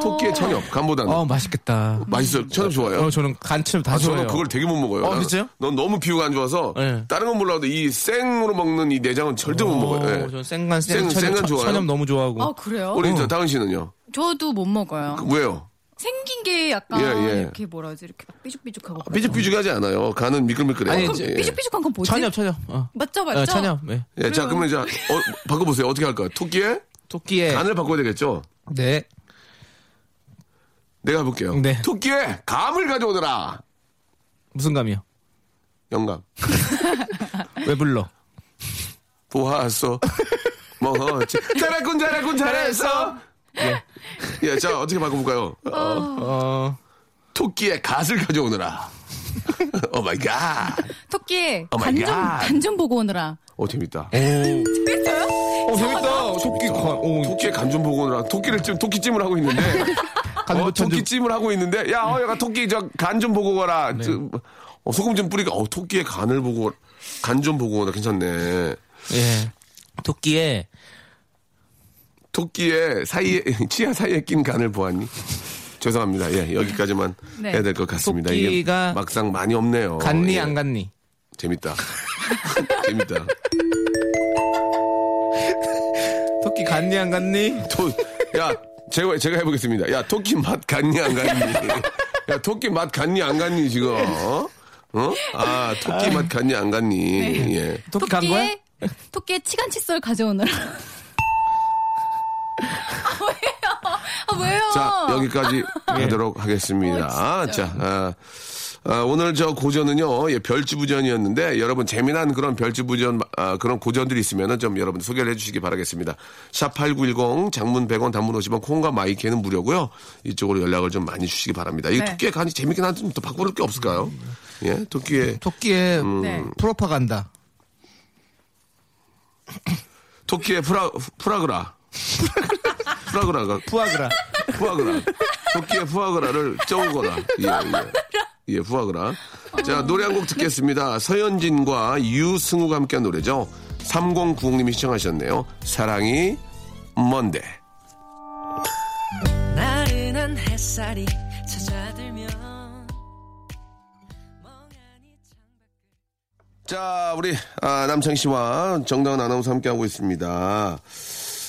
Speaker 2: 토끼의 천엽 간보다는
Speaker 5: 어 맛있겠다
Speaker 2: 맛있어요 천엽 좋아요
Speaker 5: 어, 저는 간첩 다
Speaker 2: 아,
Speaker 5: 좋아해요.
Speaker 2: 저는 그걸 되게 못 먹어요.
Speaker 5: 어,
Speaker 2: 나는-
Speaker 5: 진짜요?
Speaker 2: 넌 너무 피부가 안 좋아서
Speaker 5: 네. 다른
Speaker 2: 다른 건 몰라도 이 생으로 먹는 이 내장은 절대 못 먹어요. 예.
Speaker 5: 저는 생간 어.
Speaker 2: 생-
Speaker 5: 생, 천엽,
Speaker 2: 생간 좋아요?
Speaker 5: 천엽 너무 좋아하고.
Speaker 3: 아 그래요?
Speaker 2: 우리 저 다은 씨는요?
Speaker 3: 저도 못 먹어요.
Speaker 2: 그 왜요?
Speaker 3: 생긴 게 약간
Speaker 2: 예, 예.
Speaker 3: 이렇게 뭐라지 이렇게 막 삐죽삐죽하고.
Speaker 2: 삐죽삐죽하지 않아요. 간은 미끌미끌해요.
Speaker 5: 아니,
Speaker 3: 그럼
Speaker 2: 예.
Speaker 3: 삐죽삐죽한 건 뭐지?
Speaker 5: 천엽 천엽. 어.
Speaker 3: 맞죠, 맞죠?
Speaker 5: 어, 천엽. 예.
Speaker 2: 예, 자 그러면 이제 어, 바꿔보세요. 어떻게 할까요? 토끼의
Speaker 5: 토끼의
Speaker 2: 간을 바꿔야 되겠죠?
Speaker 5: 네.
Speaker 2: 내가 볼게요.
Speaker 5: 네.
Speaker 2: 토끼의 감을 가져오더라.
Speaker 5: 무슨 감이요?
Speaker 2: 영감.
Speaker 5: 왜 불러?
Speaker 2: 보았어. 뭐 잘했군 예, 잘했군 잘했어. 예. 자 어떻게 바꿔볼까요?
Speaker 5: 어.
Speaker 2: 토끼의 갓을 가져오느라. 오 마이 갓.
Speaker 3: 토끼
Speaker 2: Oh my
Speaker 3: 간 좀
Speaker 2: God.
Speaker 3: 간 좀 보고 오느라.
Speaker 2: 오 재밌다.
Speaker 5: 어, 재밌다. 토끼 간. 오,
Speaker 2: 토끼의 간 좀 보고 오느라 토끼를 찜 토끼찜을 하고 있는데
Speaker 5: 간
Speaker 2: 어,
Speaker 5: 못한 줄-
Speaker 2: 토끼찜을 하고 있는데 야, 어, 야 토끼 저 간 좀 보고 가라.
Speaker 5: 네.
Speaker 2: 소금 좀 뿌리가 어, 토끼의 간을 보고 간 좀 보고 오나 괜찮네.
Speaker 5: 예. 토끼의
Speaker 2: 토끼의 사이에 치아 사이에 낀 간을 보았니? 죄송합니다. 예, 여기까지만
Speaker 3: 네.
Speaker 2: 해야 될 것 같습니다. 이게
Speaker 5: 토끼가
Speaker 2: 막상 많이 없네요.
Speaker 5: 갔니
Speaker 2: 예.
Speaker 5: 안 갔니?
Speaker 2: 재밌다. 재밌다.
Speaker 5: 토끼 갔니 안 갔니?
Speaker 2: 토, 야, 제가, 제가 해보겠습니다. 야, 토끼 맛 갔니, 안 갔니? 야, 토끼 맛 갔니, 안 갔니, 지금? 어? 어? 아, 토끼 맛 갔니, 안 갔니? 예.
Speaker 5: 토끼 간 거야?
Speaker 3: 토끼의 토끼의 치간칫솔 가져오느라. 아 왜요?
Speaker 2: 자,
Speaker 3: 아 왜요?
Speaker 2: 여기까지 하도록 하겠습니다. 자, 아, 아, 오늘 저 고전은요, 예, 별주부전이었는데, 여러분 재미난 그런 별주부전, 아, 그런 고전들이 있으면은 좀 여러분 소개를 해주시기 바라겠습니다. 샵8910, 장문 100원, 단문 50원, 콩과 마이크는 무료고요 이쪽으로 연락을 좀 많이 주시기 바랍니다. 이
Speaker 3: 네.
Speaker 2: 토끼의 간이 재밌긴 한데, 좀더 바꿔볼 게 없을까요? 예, 토끼의,
Speaker 5: 토끼의
Speaker 3: 네.
Speaker 5: 프로파간다.
Speaker 2: 토끼의 프라, 프라그라. 프라그라가,
Speaker 5: 푸아그라.
Speaker 2: 푸아그라. 토끼의 푸아그라를 쪄오거나. 예, 예. 예, 푸아그라. 자, 노래 한 곡 듣겠습니다. 서현진과 유승우가 함께한 노래죠. 3090님이 시청하셨네요. 사랑이 뭔데.
Speaker 6: 나른한 햇살이 찾아들면 멍하니 창밖을
Speaker 2: 자, 우리 아, 남창 씨와 정다은 아나운서 함께하고 있습니다.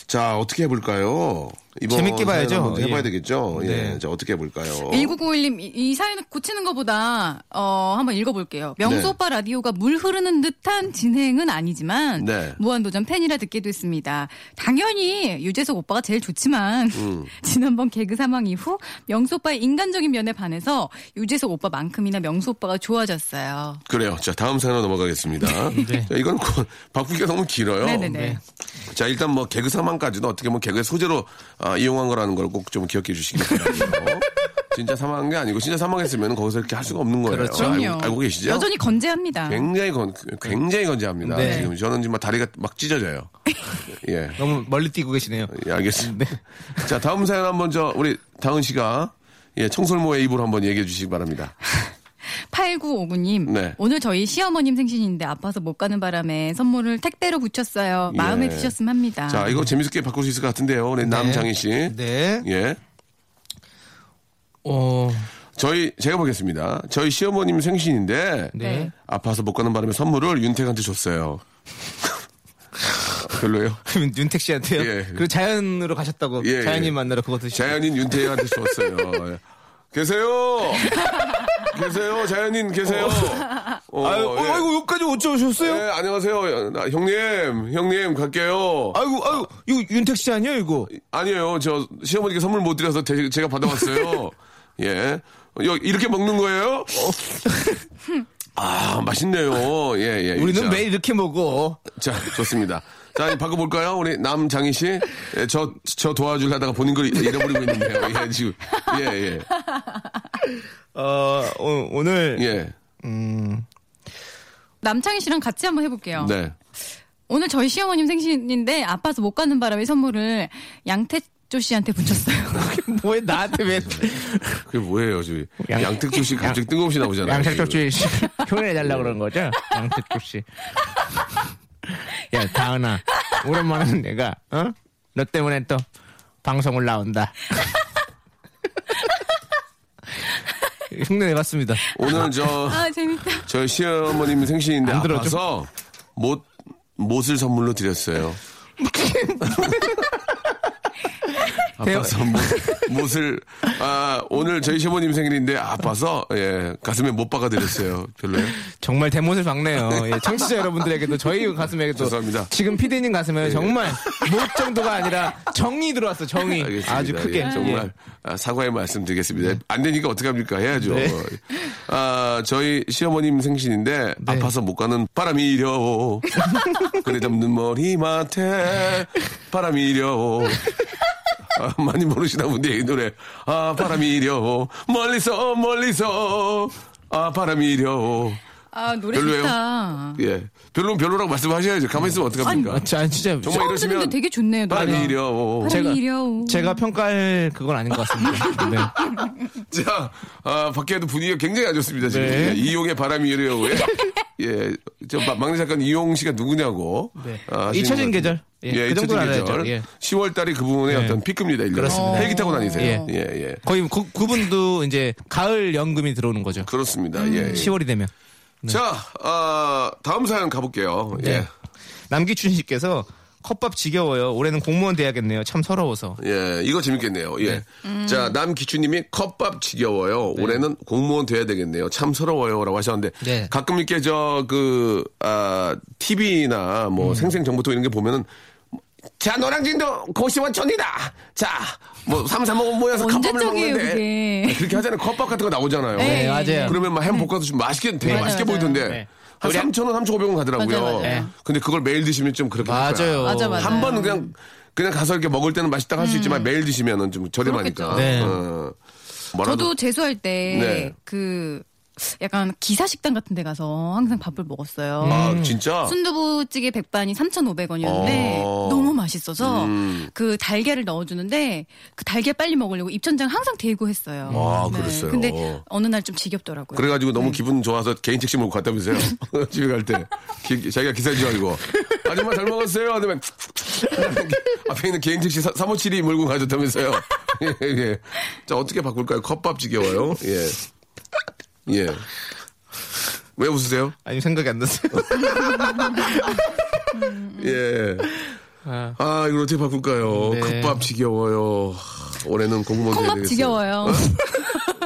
Speaker 2: 자, 어떻게 해볼까요? 이번
Speaker 5: 재밌게 봐야죠.
Speaker 2: 사연 한번 해봐야
Speaker 5: 예.
Speaker 2: 되겠죠. 예.
Speaker 5: 네.
Speaker 2: 자, 어떻게 해볼까요?
Speaker 3: 1991님 이, 이 사연을 고치는 것보다 어 한번 읽어볼게요. 명수
Speaker 2: 네.
Speaker 3: 오빠 라디오가 물 흐르는 듯한 진행은 아니지만
Speaker 2: 네.
Speaker 3: 무한도전 팬이라 듣기도 했습니다. 당연히 유재석 오빠가 제일 좋지만
Speaker 2: 음.
Speaker 3: 지난번 개그 사망 이후 명수 오빠의 인간적인 면에 반해서 유재석 오빠만큼이나 명수 오빠가 좋아졌어요.
Speaker 2: 그래요. 자, 다음 사연으로 넘어가겠습니다. 자, 이건 고- 바꾸기가 너무 길어요.
Speaker 3: 네네네.
Speaker 2: 자 일단 뭐 개그 사망까지도 어떻게 보면 개그의 소재로 아, 이용한 거라는 걸 꼭 좀 기억해 주시기 바랍니다. 진짜 사망한 게 아니고 진짜 사망했으면 거기서 이렇게 할 수가 없는 거예요. 아,
Speaker 5: 그렇죠.
Speaker 2: 알고, 알고 계시죠?
Speaker 3: 여전히 건재합니다.
Speaker 2: 굉장히 건 굉장히 건재합니다.
Speaker 5: 네.
Speaker 2: 지금 저는 지금 다리가 막 찢어져요. 예,
Speaker 5: 너무 멀리 뛰고 계시네요.
Speaker 2: 예, 알겠습니다. 자 다음 사연 한번 저 우리 다은 씨가 예 청설모의 입으로 한번 얘기해 주시기 바랍니다.
Speaker 3: 8959님,
Speaker 2: 네.
Speaker 3: 오늘 저희 시어머님 생신인데 아파서 못 가는 바람에 선물을 택배로 붙였어요. 마음에
Speaker 2: 예.
Speaker 3: 드셨으면 합니다.
Speaker 2: 자 이거 재밌게 바꿀 수 있을 것 같은데요. 우리 남장희 씨.
Speaker 5: 네.
Speaker 2: 예.
Speaker 5: 어,
Speaker 2: 저희 제가 보겠습니다. 저희 시어머님 생신인데
Speaker 3: 네.
Speaker 2: 아파서 못 가는 바람에 선물을 윤택한테 줬어요. 별로예요.
Speaker 5: 그러면 네. 윤택 씨한테요.
Speaker 2: 예.
Speaker 5: 그리고 자연으로 가셨다고.
Speaker 2: 예,
Speaker 5: 자연인
Speaker 2: 예.
Speaker 5: 만나러 그거 드시고.
Speaker 2: 자연인 윤택한테 줬어요. 예. 계세요. 계세요. 자연인 계세요. 어,
Speaker 5: 아유, 어,
Speaker 2: 예.
Speaker 5: 아이고 여기까지 어쩌셨어요?
Speaker 2: 예, 안녕하세요. 나- 형님, 형님 갈게요.
Speaker 5: 아이고 아이고 이거 윤택 씨 아니에요 이거?
Speaker 2: 예, 아니에요. 저 시어머니께 선물 못 드려서 대- 제가 받아왔어요. 예. 어, 여- 이렇게 먹는 거예요? 어. 아, 맛있네요. 예, 예.
Speaker 5: 우리는
Speaker 2: 진짜.
Speaker 5: 매일 이렇게 먹어.
Speaker 2: 자, 좋습니다. 자, 이제 바꿔볼까요? 우리 남장희 씨. 예, 저, 저 도와주려다가 본인 걸 잃어버리고 있는데요. 예, 지금. 예, 예.
Speaker 5: 어 오, 오늘
Speaker 2: 예.
Speaker 3: 남창희 씨랑 같이 한번 해볼게요.
Speaker 2: 네.
Speaker 3: 오늘 저희 시어머님 생신인데 아파서 못 가는 바람에 선물을 양태조 씨한테 붙였어요.
Speaker 2: 예.
Speaker 5: 뭐해 나한테 왜
Speaker 2: 그게 뭐예요, 지금.
Speaker 5: 양-
Speaker 2: 양택조 씨 갑자기 뜬금없이 나오잖아요.
Speaker 5: 양색조씨 표현해 달라 그런 거죠? 양색조씨. 야 다은아 오랜만에 내가 어 너 때문에 또 방송을 나온다. 흉내 내봤습니다.
Speaker 2: 지금. 오늘 저,
Speaker 3: 아 재밌다.
Speaker 2: 저 시어머님 생신인데
Speaker 5: 안 들어죠?
Speaker 2: 아파서 못, 못을 선물로 드렸어요. 아파서 못, 못을, 아, 오늘 저희 시어머님 생일인데 아파서, 예, 가슴에 못 박아드렸어요. 별로요?
Speaker 5: 정말 대못을 박네요. 예, 청취자 여러분들에게도 저희 가슴에게도
Speaker 2: 죄송합니다. 예.
Speaker 5: 지금 피디님 가슴에 정말 못 정도가 아니라 정이 들어왔어. 정이
Speaker 2: 알겠습니다.
Speaker 5: 아주 크게
Speaker 2: 예, 정말 아, 사과의 말씀 드리겠습니다. 안 되니까 어떡합니까? 해야죠.
Speaker 5: 네.
Speaker 2: 아, 저희 시어머님 생신인데
Speaker 5: 네.
Speaker 2: 아파서 못 가는 바람이려. 그래 잡는 머리맡에 바람이려. 아, 많이 모르시나 본데, 이 노래. 아, 바람이 이려. 멀리서, 멀리서. 아, 바람이 이려.
Speaker 3: 아, 노래
Speaker 2: 별로예요?
Speaker 3: 좋다.
Speaker 2: 예. 별로는 별로라고 말씀하셔야죠. 가만히 있으면 어떡합니까?
Speaker 5: 아, 자, 진짜
Speaker 2: 정말
Speaker 3: 처음 듣는데
Speaker 2: 이러시면.
Speaker 3: 되게 좋네요. 노래가.
Speaker 2: 바람이 이려.
Speaker 5: 제가-
Speaker 3: 바람이 이려.
Speaker 5: 제가 평가할 그건 아닌 것 같습니다. 네.
Speaker 2: 자, 아, 밖에도 분위기가 굉장히 안 좋습니다, 지금.
Speaker 5: 네.
Speaker 2: 예, 이용의 바람이 이래요. 예. 예. 저 마- 막내 작가 는 이용 씨가 누구냐고.
Speaker 5: 네.
Speaker 2: 아, 아시는
Speaker 5: 잊혀진
Speaker 2: 것 같은데.
Speaker 5: 계절. 예, 그
Speaker 2: 잊혀진
Speaker 5: 정도는
Speaker 2: 계절.
Speaker 5: 알아야죠. 예.
Speaker 2: 10월 달이 그 부분의
Speaker 5: 예.
Speaker 2: 어떤 피크입니다, 일년.
Speaker 5: 그렇습니다.
Speaker 2: 헬기 타고 다니세요.
Speaker 5: 예.
Speaker 2: 예, 예.
Speaker 5: 거의 그, 그분도 이제 가을 연금이 들어오는 거죠.
Speaker 2: 그렇습니다. 예. 예.
Speaker 5: 10월이 되면.
Speaker 2: 자, 아, 다음 사연 가볼게요. 예.
Speaker 5: 네. 남기춘 씨께서 컵밥 지겨워요. 올해는 공무원 돼야겠네요. 참 서러워서.
Speaker 2: 예. 예, 이거 재밌겠네요. 예.
Speaker 5: 네.
Speaker 2: 자, 남기춘님이 컵밥 지겨워요.
Speaker 3: 네.
Speaker 2: 올해는 공무원 돼야 되겠네요. 참 서러워요라고 하셨는데
Speaker 5: 네.
Speaker 2: 가끔 이렇게 저그 아, TV나 뭐
Speaker 3: 음.
Speaker 2: 생생정보통 이런 게 보면은 자, 노량진도 고시원촌이다. 자, 뭐 삼삼오오 모여서 컵밥을
Speaker 3: 언제적이에요,
Speaker 2: 먹는데
Speaker 3: 그게.
Speaker 2: 그렇게 하잖아요. 컵밥 같은 거 나오잖아요.
Speaker 3: 네,
Speaker 5: 맞아요.
Speaker 2: 그러면 막 햄볶아도 좀 맛있게 되게
Speaker 3: 맞아요,
Speaker 2: 맛있게
Speaker 3: 맞아요.
Speaker 2: 보이던데
Speaker 5: 네.
Speaker 2: 한 3,000원, 3,500원 가더라고요.
Speaker 3: 맞아요, 맞아요.
Speaker 5: 네.
Speaker 2: 근데 그걸 매일 드시면 좀 그렇게 될 거야.
Speaker 5: 맞아요.
Speaker 3: 맞아, 맞아.
Speaker 2: 한 번은 그냥 그냥 가서 이렇게 먹을 때는 맛있다고 할 수 있지만 매일 드시면은 좀 저렴하니까.
Speaker 3: 음. 그렇겠죠.
Speaker 5: 네.
Speaker 2: 어,
Speaker 3: 저도
Speaker 2: 뭐라도
Speaker 3: 재수할 때
Speaker 2: 네.
Speaker 3: 그 약간 기사식당 같은 데 가서 항상 밥을 먹었어요.
Speaker 2: 아 진짜
Speaker 3: 순두부찌개 백반이 3,500원이었는데
Speaker 2: 어.
Speaker 3: 너무 맛있어서
Speaker 2: 음.
Speaker 3: 그 달걀을 넣어주는데 그 달걀 빨리 먹으려고 입천장 항상 데리고 했어요. 네.
Speaker 2: 아, 그랬어요.
Speaker 3: 근데 어느 날 좀 지겹더라고요.
Speaker 2: 그래가지고 너무 기분 좋아서 개인 택시 몰고 갔다 오세요. 집에 갈 때. 기- 자기가 기사인 줄 알고. 아줌마 잘 먹었어요. 하면 앞에 있는 개인 택시 357이 몰고 가셨다면서요. 예, 예. 자, 어떻게 바꿀까요? 컵밥 지겨워요. 예. 예. 왜 웃으세요?
Speaker 5: 아니 생각이 안 났어요.
Speaker 2: 예.
Speaker 5: 아.
Speaker 2: 아, 이걸 어떻게 바꿀까요?
Speaker 5: 네.
Speaker 2: 국밥 지겨워요. 하, 올해는 공무원 돼야
Speaker 3: 콩밥
Speaker 2: 네, 되겠어요.
Speaker 3: 지겨워요.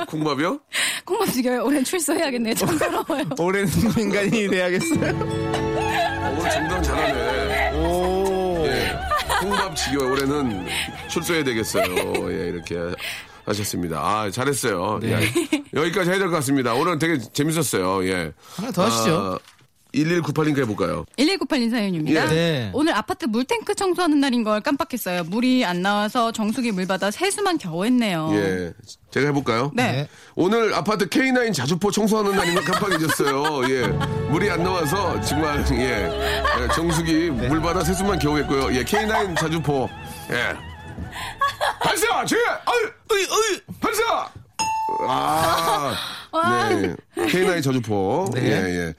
Speaker 2: 콩밥이요?
Speaker 3: 콩밥 지겨워요. 올해 출소해야겠네. 참 서러워요.
Speaker 5: 올해는 인간이 돼야겠어요.
Speaker 2: 어, 오늘 정답 잘하네.
Speaker 5: 오.
Speaker 2: 예. 콩밥 지겨워요. 올해는 출소해야 되겠어요. 예, 이렇게 하셨습니다. 아, 잘했어요.
Speaker 5: 네.
Speaker 2: 예. 여기까지 해야 될 것 같습니다. 오늘 되게 재밌었어요. 예. 아,
Speaker 5: 하나 더 하시죠.
Speaker 2: 1198링크 해볼까요?
Speaker 3: 1198님 사연입니다.
Speaker 5: 예. 네.
Speaker 3: 오늘 아파트 물탱크 청소하는 날인 걸 깜빡했어요. 물이 안 나와서 정수기 물 받아 세수만 겨우 했네요.
Speaker 2: 예. 제가 해볼까요?
Speaker 3: 네.
Speaker 5: 네.
Speaker 2: 오늘 아파트 K9 자주포 청소하는 날인가 깜빡 잊었어요. 예. 물이 안 나와서 정말, 예. 예, 정수기
Speaker 5: 네.
Speaker 2: 물 받아 세수만 겨우 했고요. 예. K9 자주포. 예. 발사! 제! 아유! 으이! 으이! 발사! 아. 네. K9 자주포.
Speaker 5: 네.
Speaker 2: 예, 예.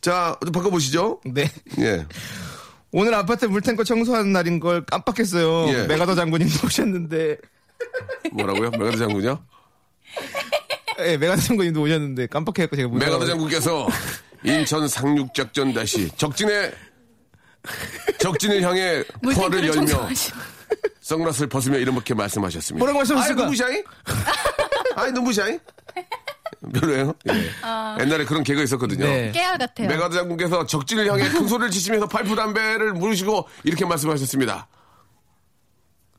Speaker 2: 자, 좀 바꿔보시죠.
Speaker 5: 네.
Speaker 2: 예.
Speaker 5: 오늘 아파트 물탱크 청소하는 날인 걸 깜빡했어요.
Speaker 2: 예.
Speaker 5: 메가더 장군님도 오셨는데,
Speaker 2: 뭐라고요? 메가드 장군이요?
Speaker 5: 예, 메가더 장군님도 오셨는데 깜빡했고 제가 못
Speaker 2: 메가드
Speaker 5: 나가가지고.
Speaker 2: 장군께서 인천 상륙작전 다시 적진에 적진을 향해
Speaker 3: 물탱크를
Speaker 2: 포를 열며
Speaker 3: 청소하시고.
Speaker 2: 선글라스를 벗으며 이렇게 말씀하셨습니다.
Speaker 5: 뭐라고
Speaker 2: 아이
Speaker 5: 말씀하셨을까?
Speaker 2: 눈부샤이? 아이 눈부샤이? 별로예요? 예. 옛날에 그런 개그 있었거든요.
Speaker 5: 네.
Speaker 3: 깨알 같아요.
Speaker 2: 메가드 장군께서 적진을 향해 큰 소리를 치시면서 파이프 담배를 물으시고 이렇게 말씀하셨습니다.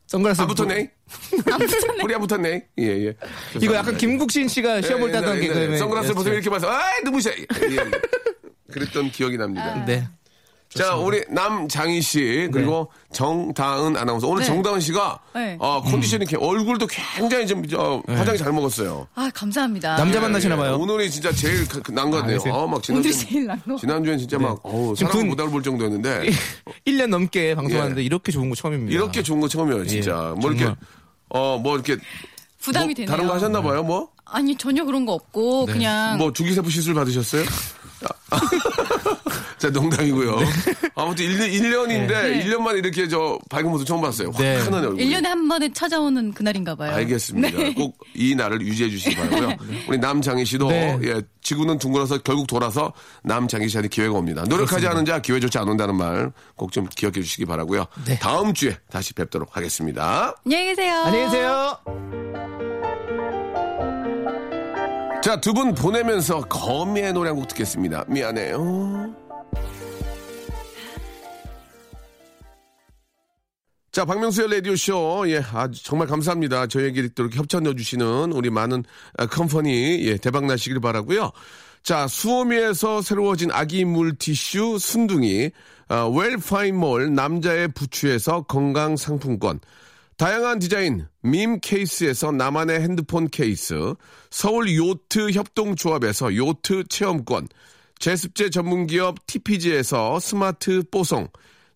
Speaker 5: 선글라스.
Speaker 2: 안 아, 붙었네? 우리 안 붙었네? 예, 예.
Speaker 5: 뭐, 이거 약간 김국신 씨가 시험 볼 때 하던
Speaker 2: 옛날에,
Speaker 5: 개그맨. 네,
Speaker 2: 옛날에 예, 선글라스를 벗으면 이렇게 말씀, 아이 눈부샤이! 예, 예. 그랬던 기억이 납니다.
Speaker 5: 네.
Speaker 2: 자, 우리 남장희 씨 그리고 정다은 아나운서 오늘
Speaker 3: 네.
Speaker 2: 정다은 씨가
Speaker 3: 네.
Speaker 2: 어, 컨디션이 이렇게 얼굴도 굉장히 좀 어, 화장 잘 먹었어요.
Speaker 3: 아, 감사합니다.
Speaker 5: 남자
Speaker 2: 예,
Speaker 5: 음. 네. 만나시나봐요. 아,
Speaker 2: 오늘이 진짜 제일 가- 그- 난것 같네요.
Speaker 5: 알겠어요.
Speaker 2: 어, 막 지난주
Speaker 3: 오늘 제일 난 거.
Speaker 2: 지난주엔 진짜 막 어우,
Speaker 5: 지금
Speaker 2: 사람
Speaker 5: 분- 네.
Speaker 2: 못 알아볼 정도였는데
Speaker 5: 1년 넘게 방송하는데
Speaker 2: 예.
Speaker 5: 이렇게 좋은 거 처음입니다.
Speaker 2: 이렇게 좋은 거 처음이에요, 진짜.
Speaker 5: 예,
Speaker 2: 뭐 이렇게
Speaker 5: 정말.
Speaker 2: 어뭐 이렇게
Speaker 3: 부담이
Speaker 2: 뭐
Speaker 3: 되네요.
Speaker 2: 다른 거 하셨나 봐요, 뭐?
Speaker 3: 아니, 전혀 그런 거 없고
Speaker 5: 아.
Speaker 3: 그냥
Speaker 2: 뭐 주기세포 시술 받으셨어요? 아, 자 농담이고요.
Speaker 5: 네.
Speaker 2: 아무튼 1, 년인데
Speaker 3: 네.
Speaker 2: 일 1년 만에 이렇게 저 밝은 모습 처음 봤어요. 확
Speaker 5: 네.
Speaker 2: 한 얼굴.
Speaker 3: 1년에 한 번에 찾아오는 그날인가 봐요.
Speaker 2: 알겠습니다. 꼭 이 날을 유지해 주시기 바라고요. 우리 남장희 씨도
Speaker 5: 네.
Speaker 2: 예, 지구는 둥글어서 결국 돌아서 남장희 씨한테 기회가 옵니다. 노력하지 않은 자 기회조차 안 온다는 말 꼭 좀 기억해 주시기 바라고요.
Speaker 5: 네.
Speaker 2: 다음 주에 다시 뵙도록 하겠습니다.
Speaker 3: 안녕히 계세요.
Speaker 5: 안녕히 계세요.
Speaker 2: 자, 두 분 보내면서 거미의 노래 한 곡 듣겠습니다. 미안해요. 자, 박명수의 라디오쇼. 예, 아, 정말 감사합니다. 저희에게 또 이렇게 협찬해주시는 우리 많은 아, 컴퍼니, 예, 대박나시길 바라고요 자, 수오미에서 새로워진 아기 물티슈 아, 순둥이, 웰파인몰 남자의 부추에서 건강상품권, 다양한 디자인, 밈 케이스에서 나만의 핸드폰 케이스, 서울 요트 협동조합에서 요트 체험권, 제습제 전문기업 TPG에서 스마트 뽀송,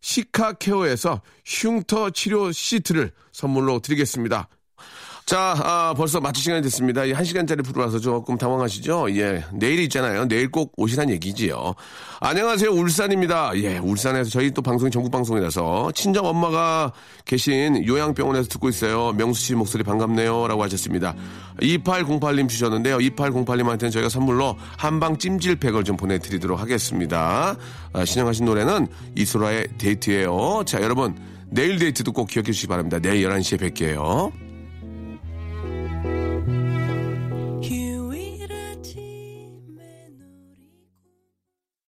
Speaker 2: 시카케어에서 흉터 치료 시트를 선물로 드리겠습니다. 자, 아, 벌써 마칠 시간이 됐습니다. 이 한 시간짜리 풀어와서 조금 당황하시죠? 예, 내일 있잖아요. 내일 꼭 오시란 얘기지요. 안녕하세요, 울산입니다. 예, 울산에서 저희 또 방송이 전국 방송이라서 친정 엄마가 계신 요양병원에서 듣고 있어요. 명수 씨 목소리 반갑네요라고 하셨습니다. 2808님 주셨는데요. 2808님한테는 저희가 선물로 한방 찜질팩을 좀 보내드리도록 하겠습니다. 아, 신청하신 노래는 이소라의 데이트예요. 자, 여러분 내일 데이트도 꼭 기억해 주시기 바랍니다. 내일 11시에 뵐게요.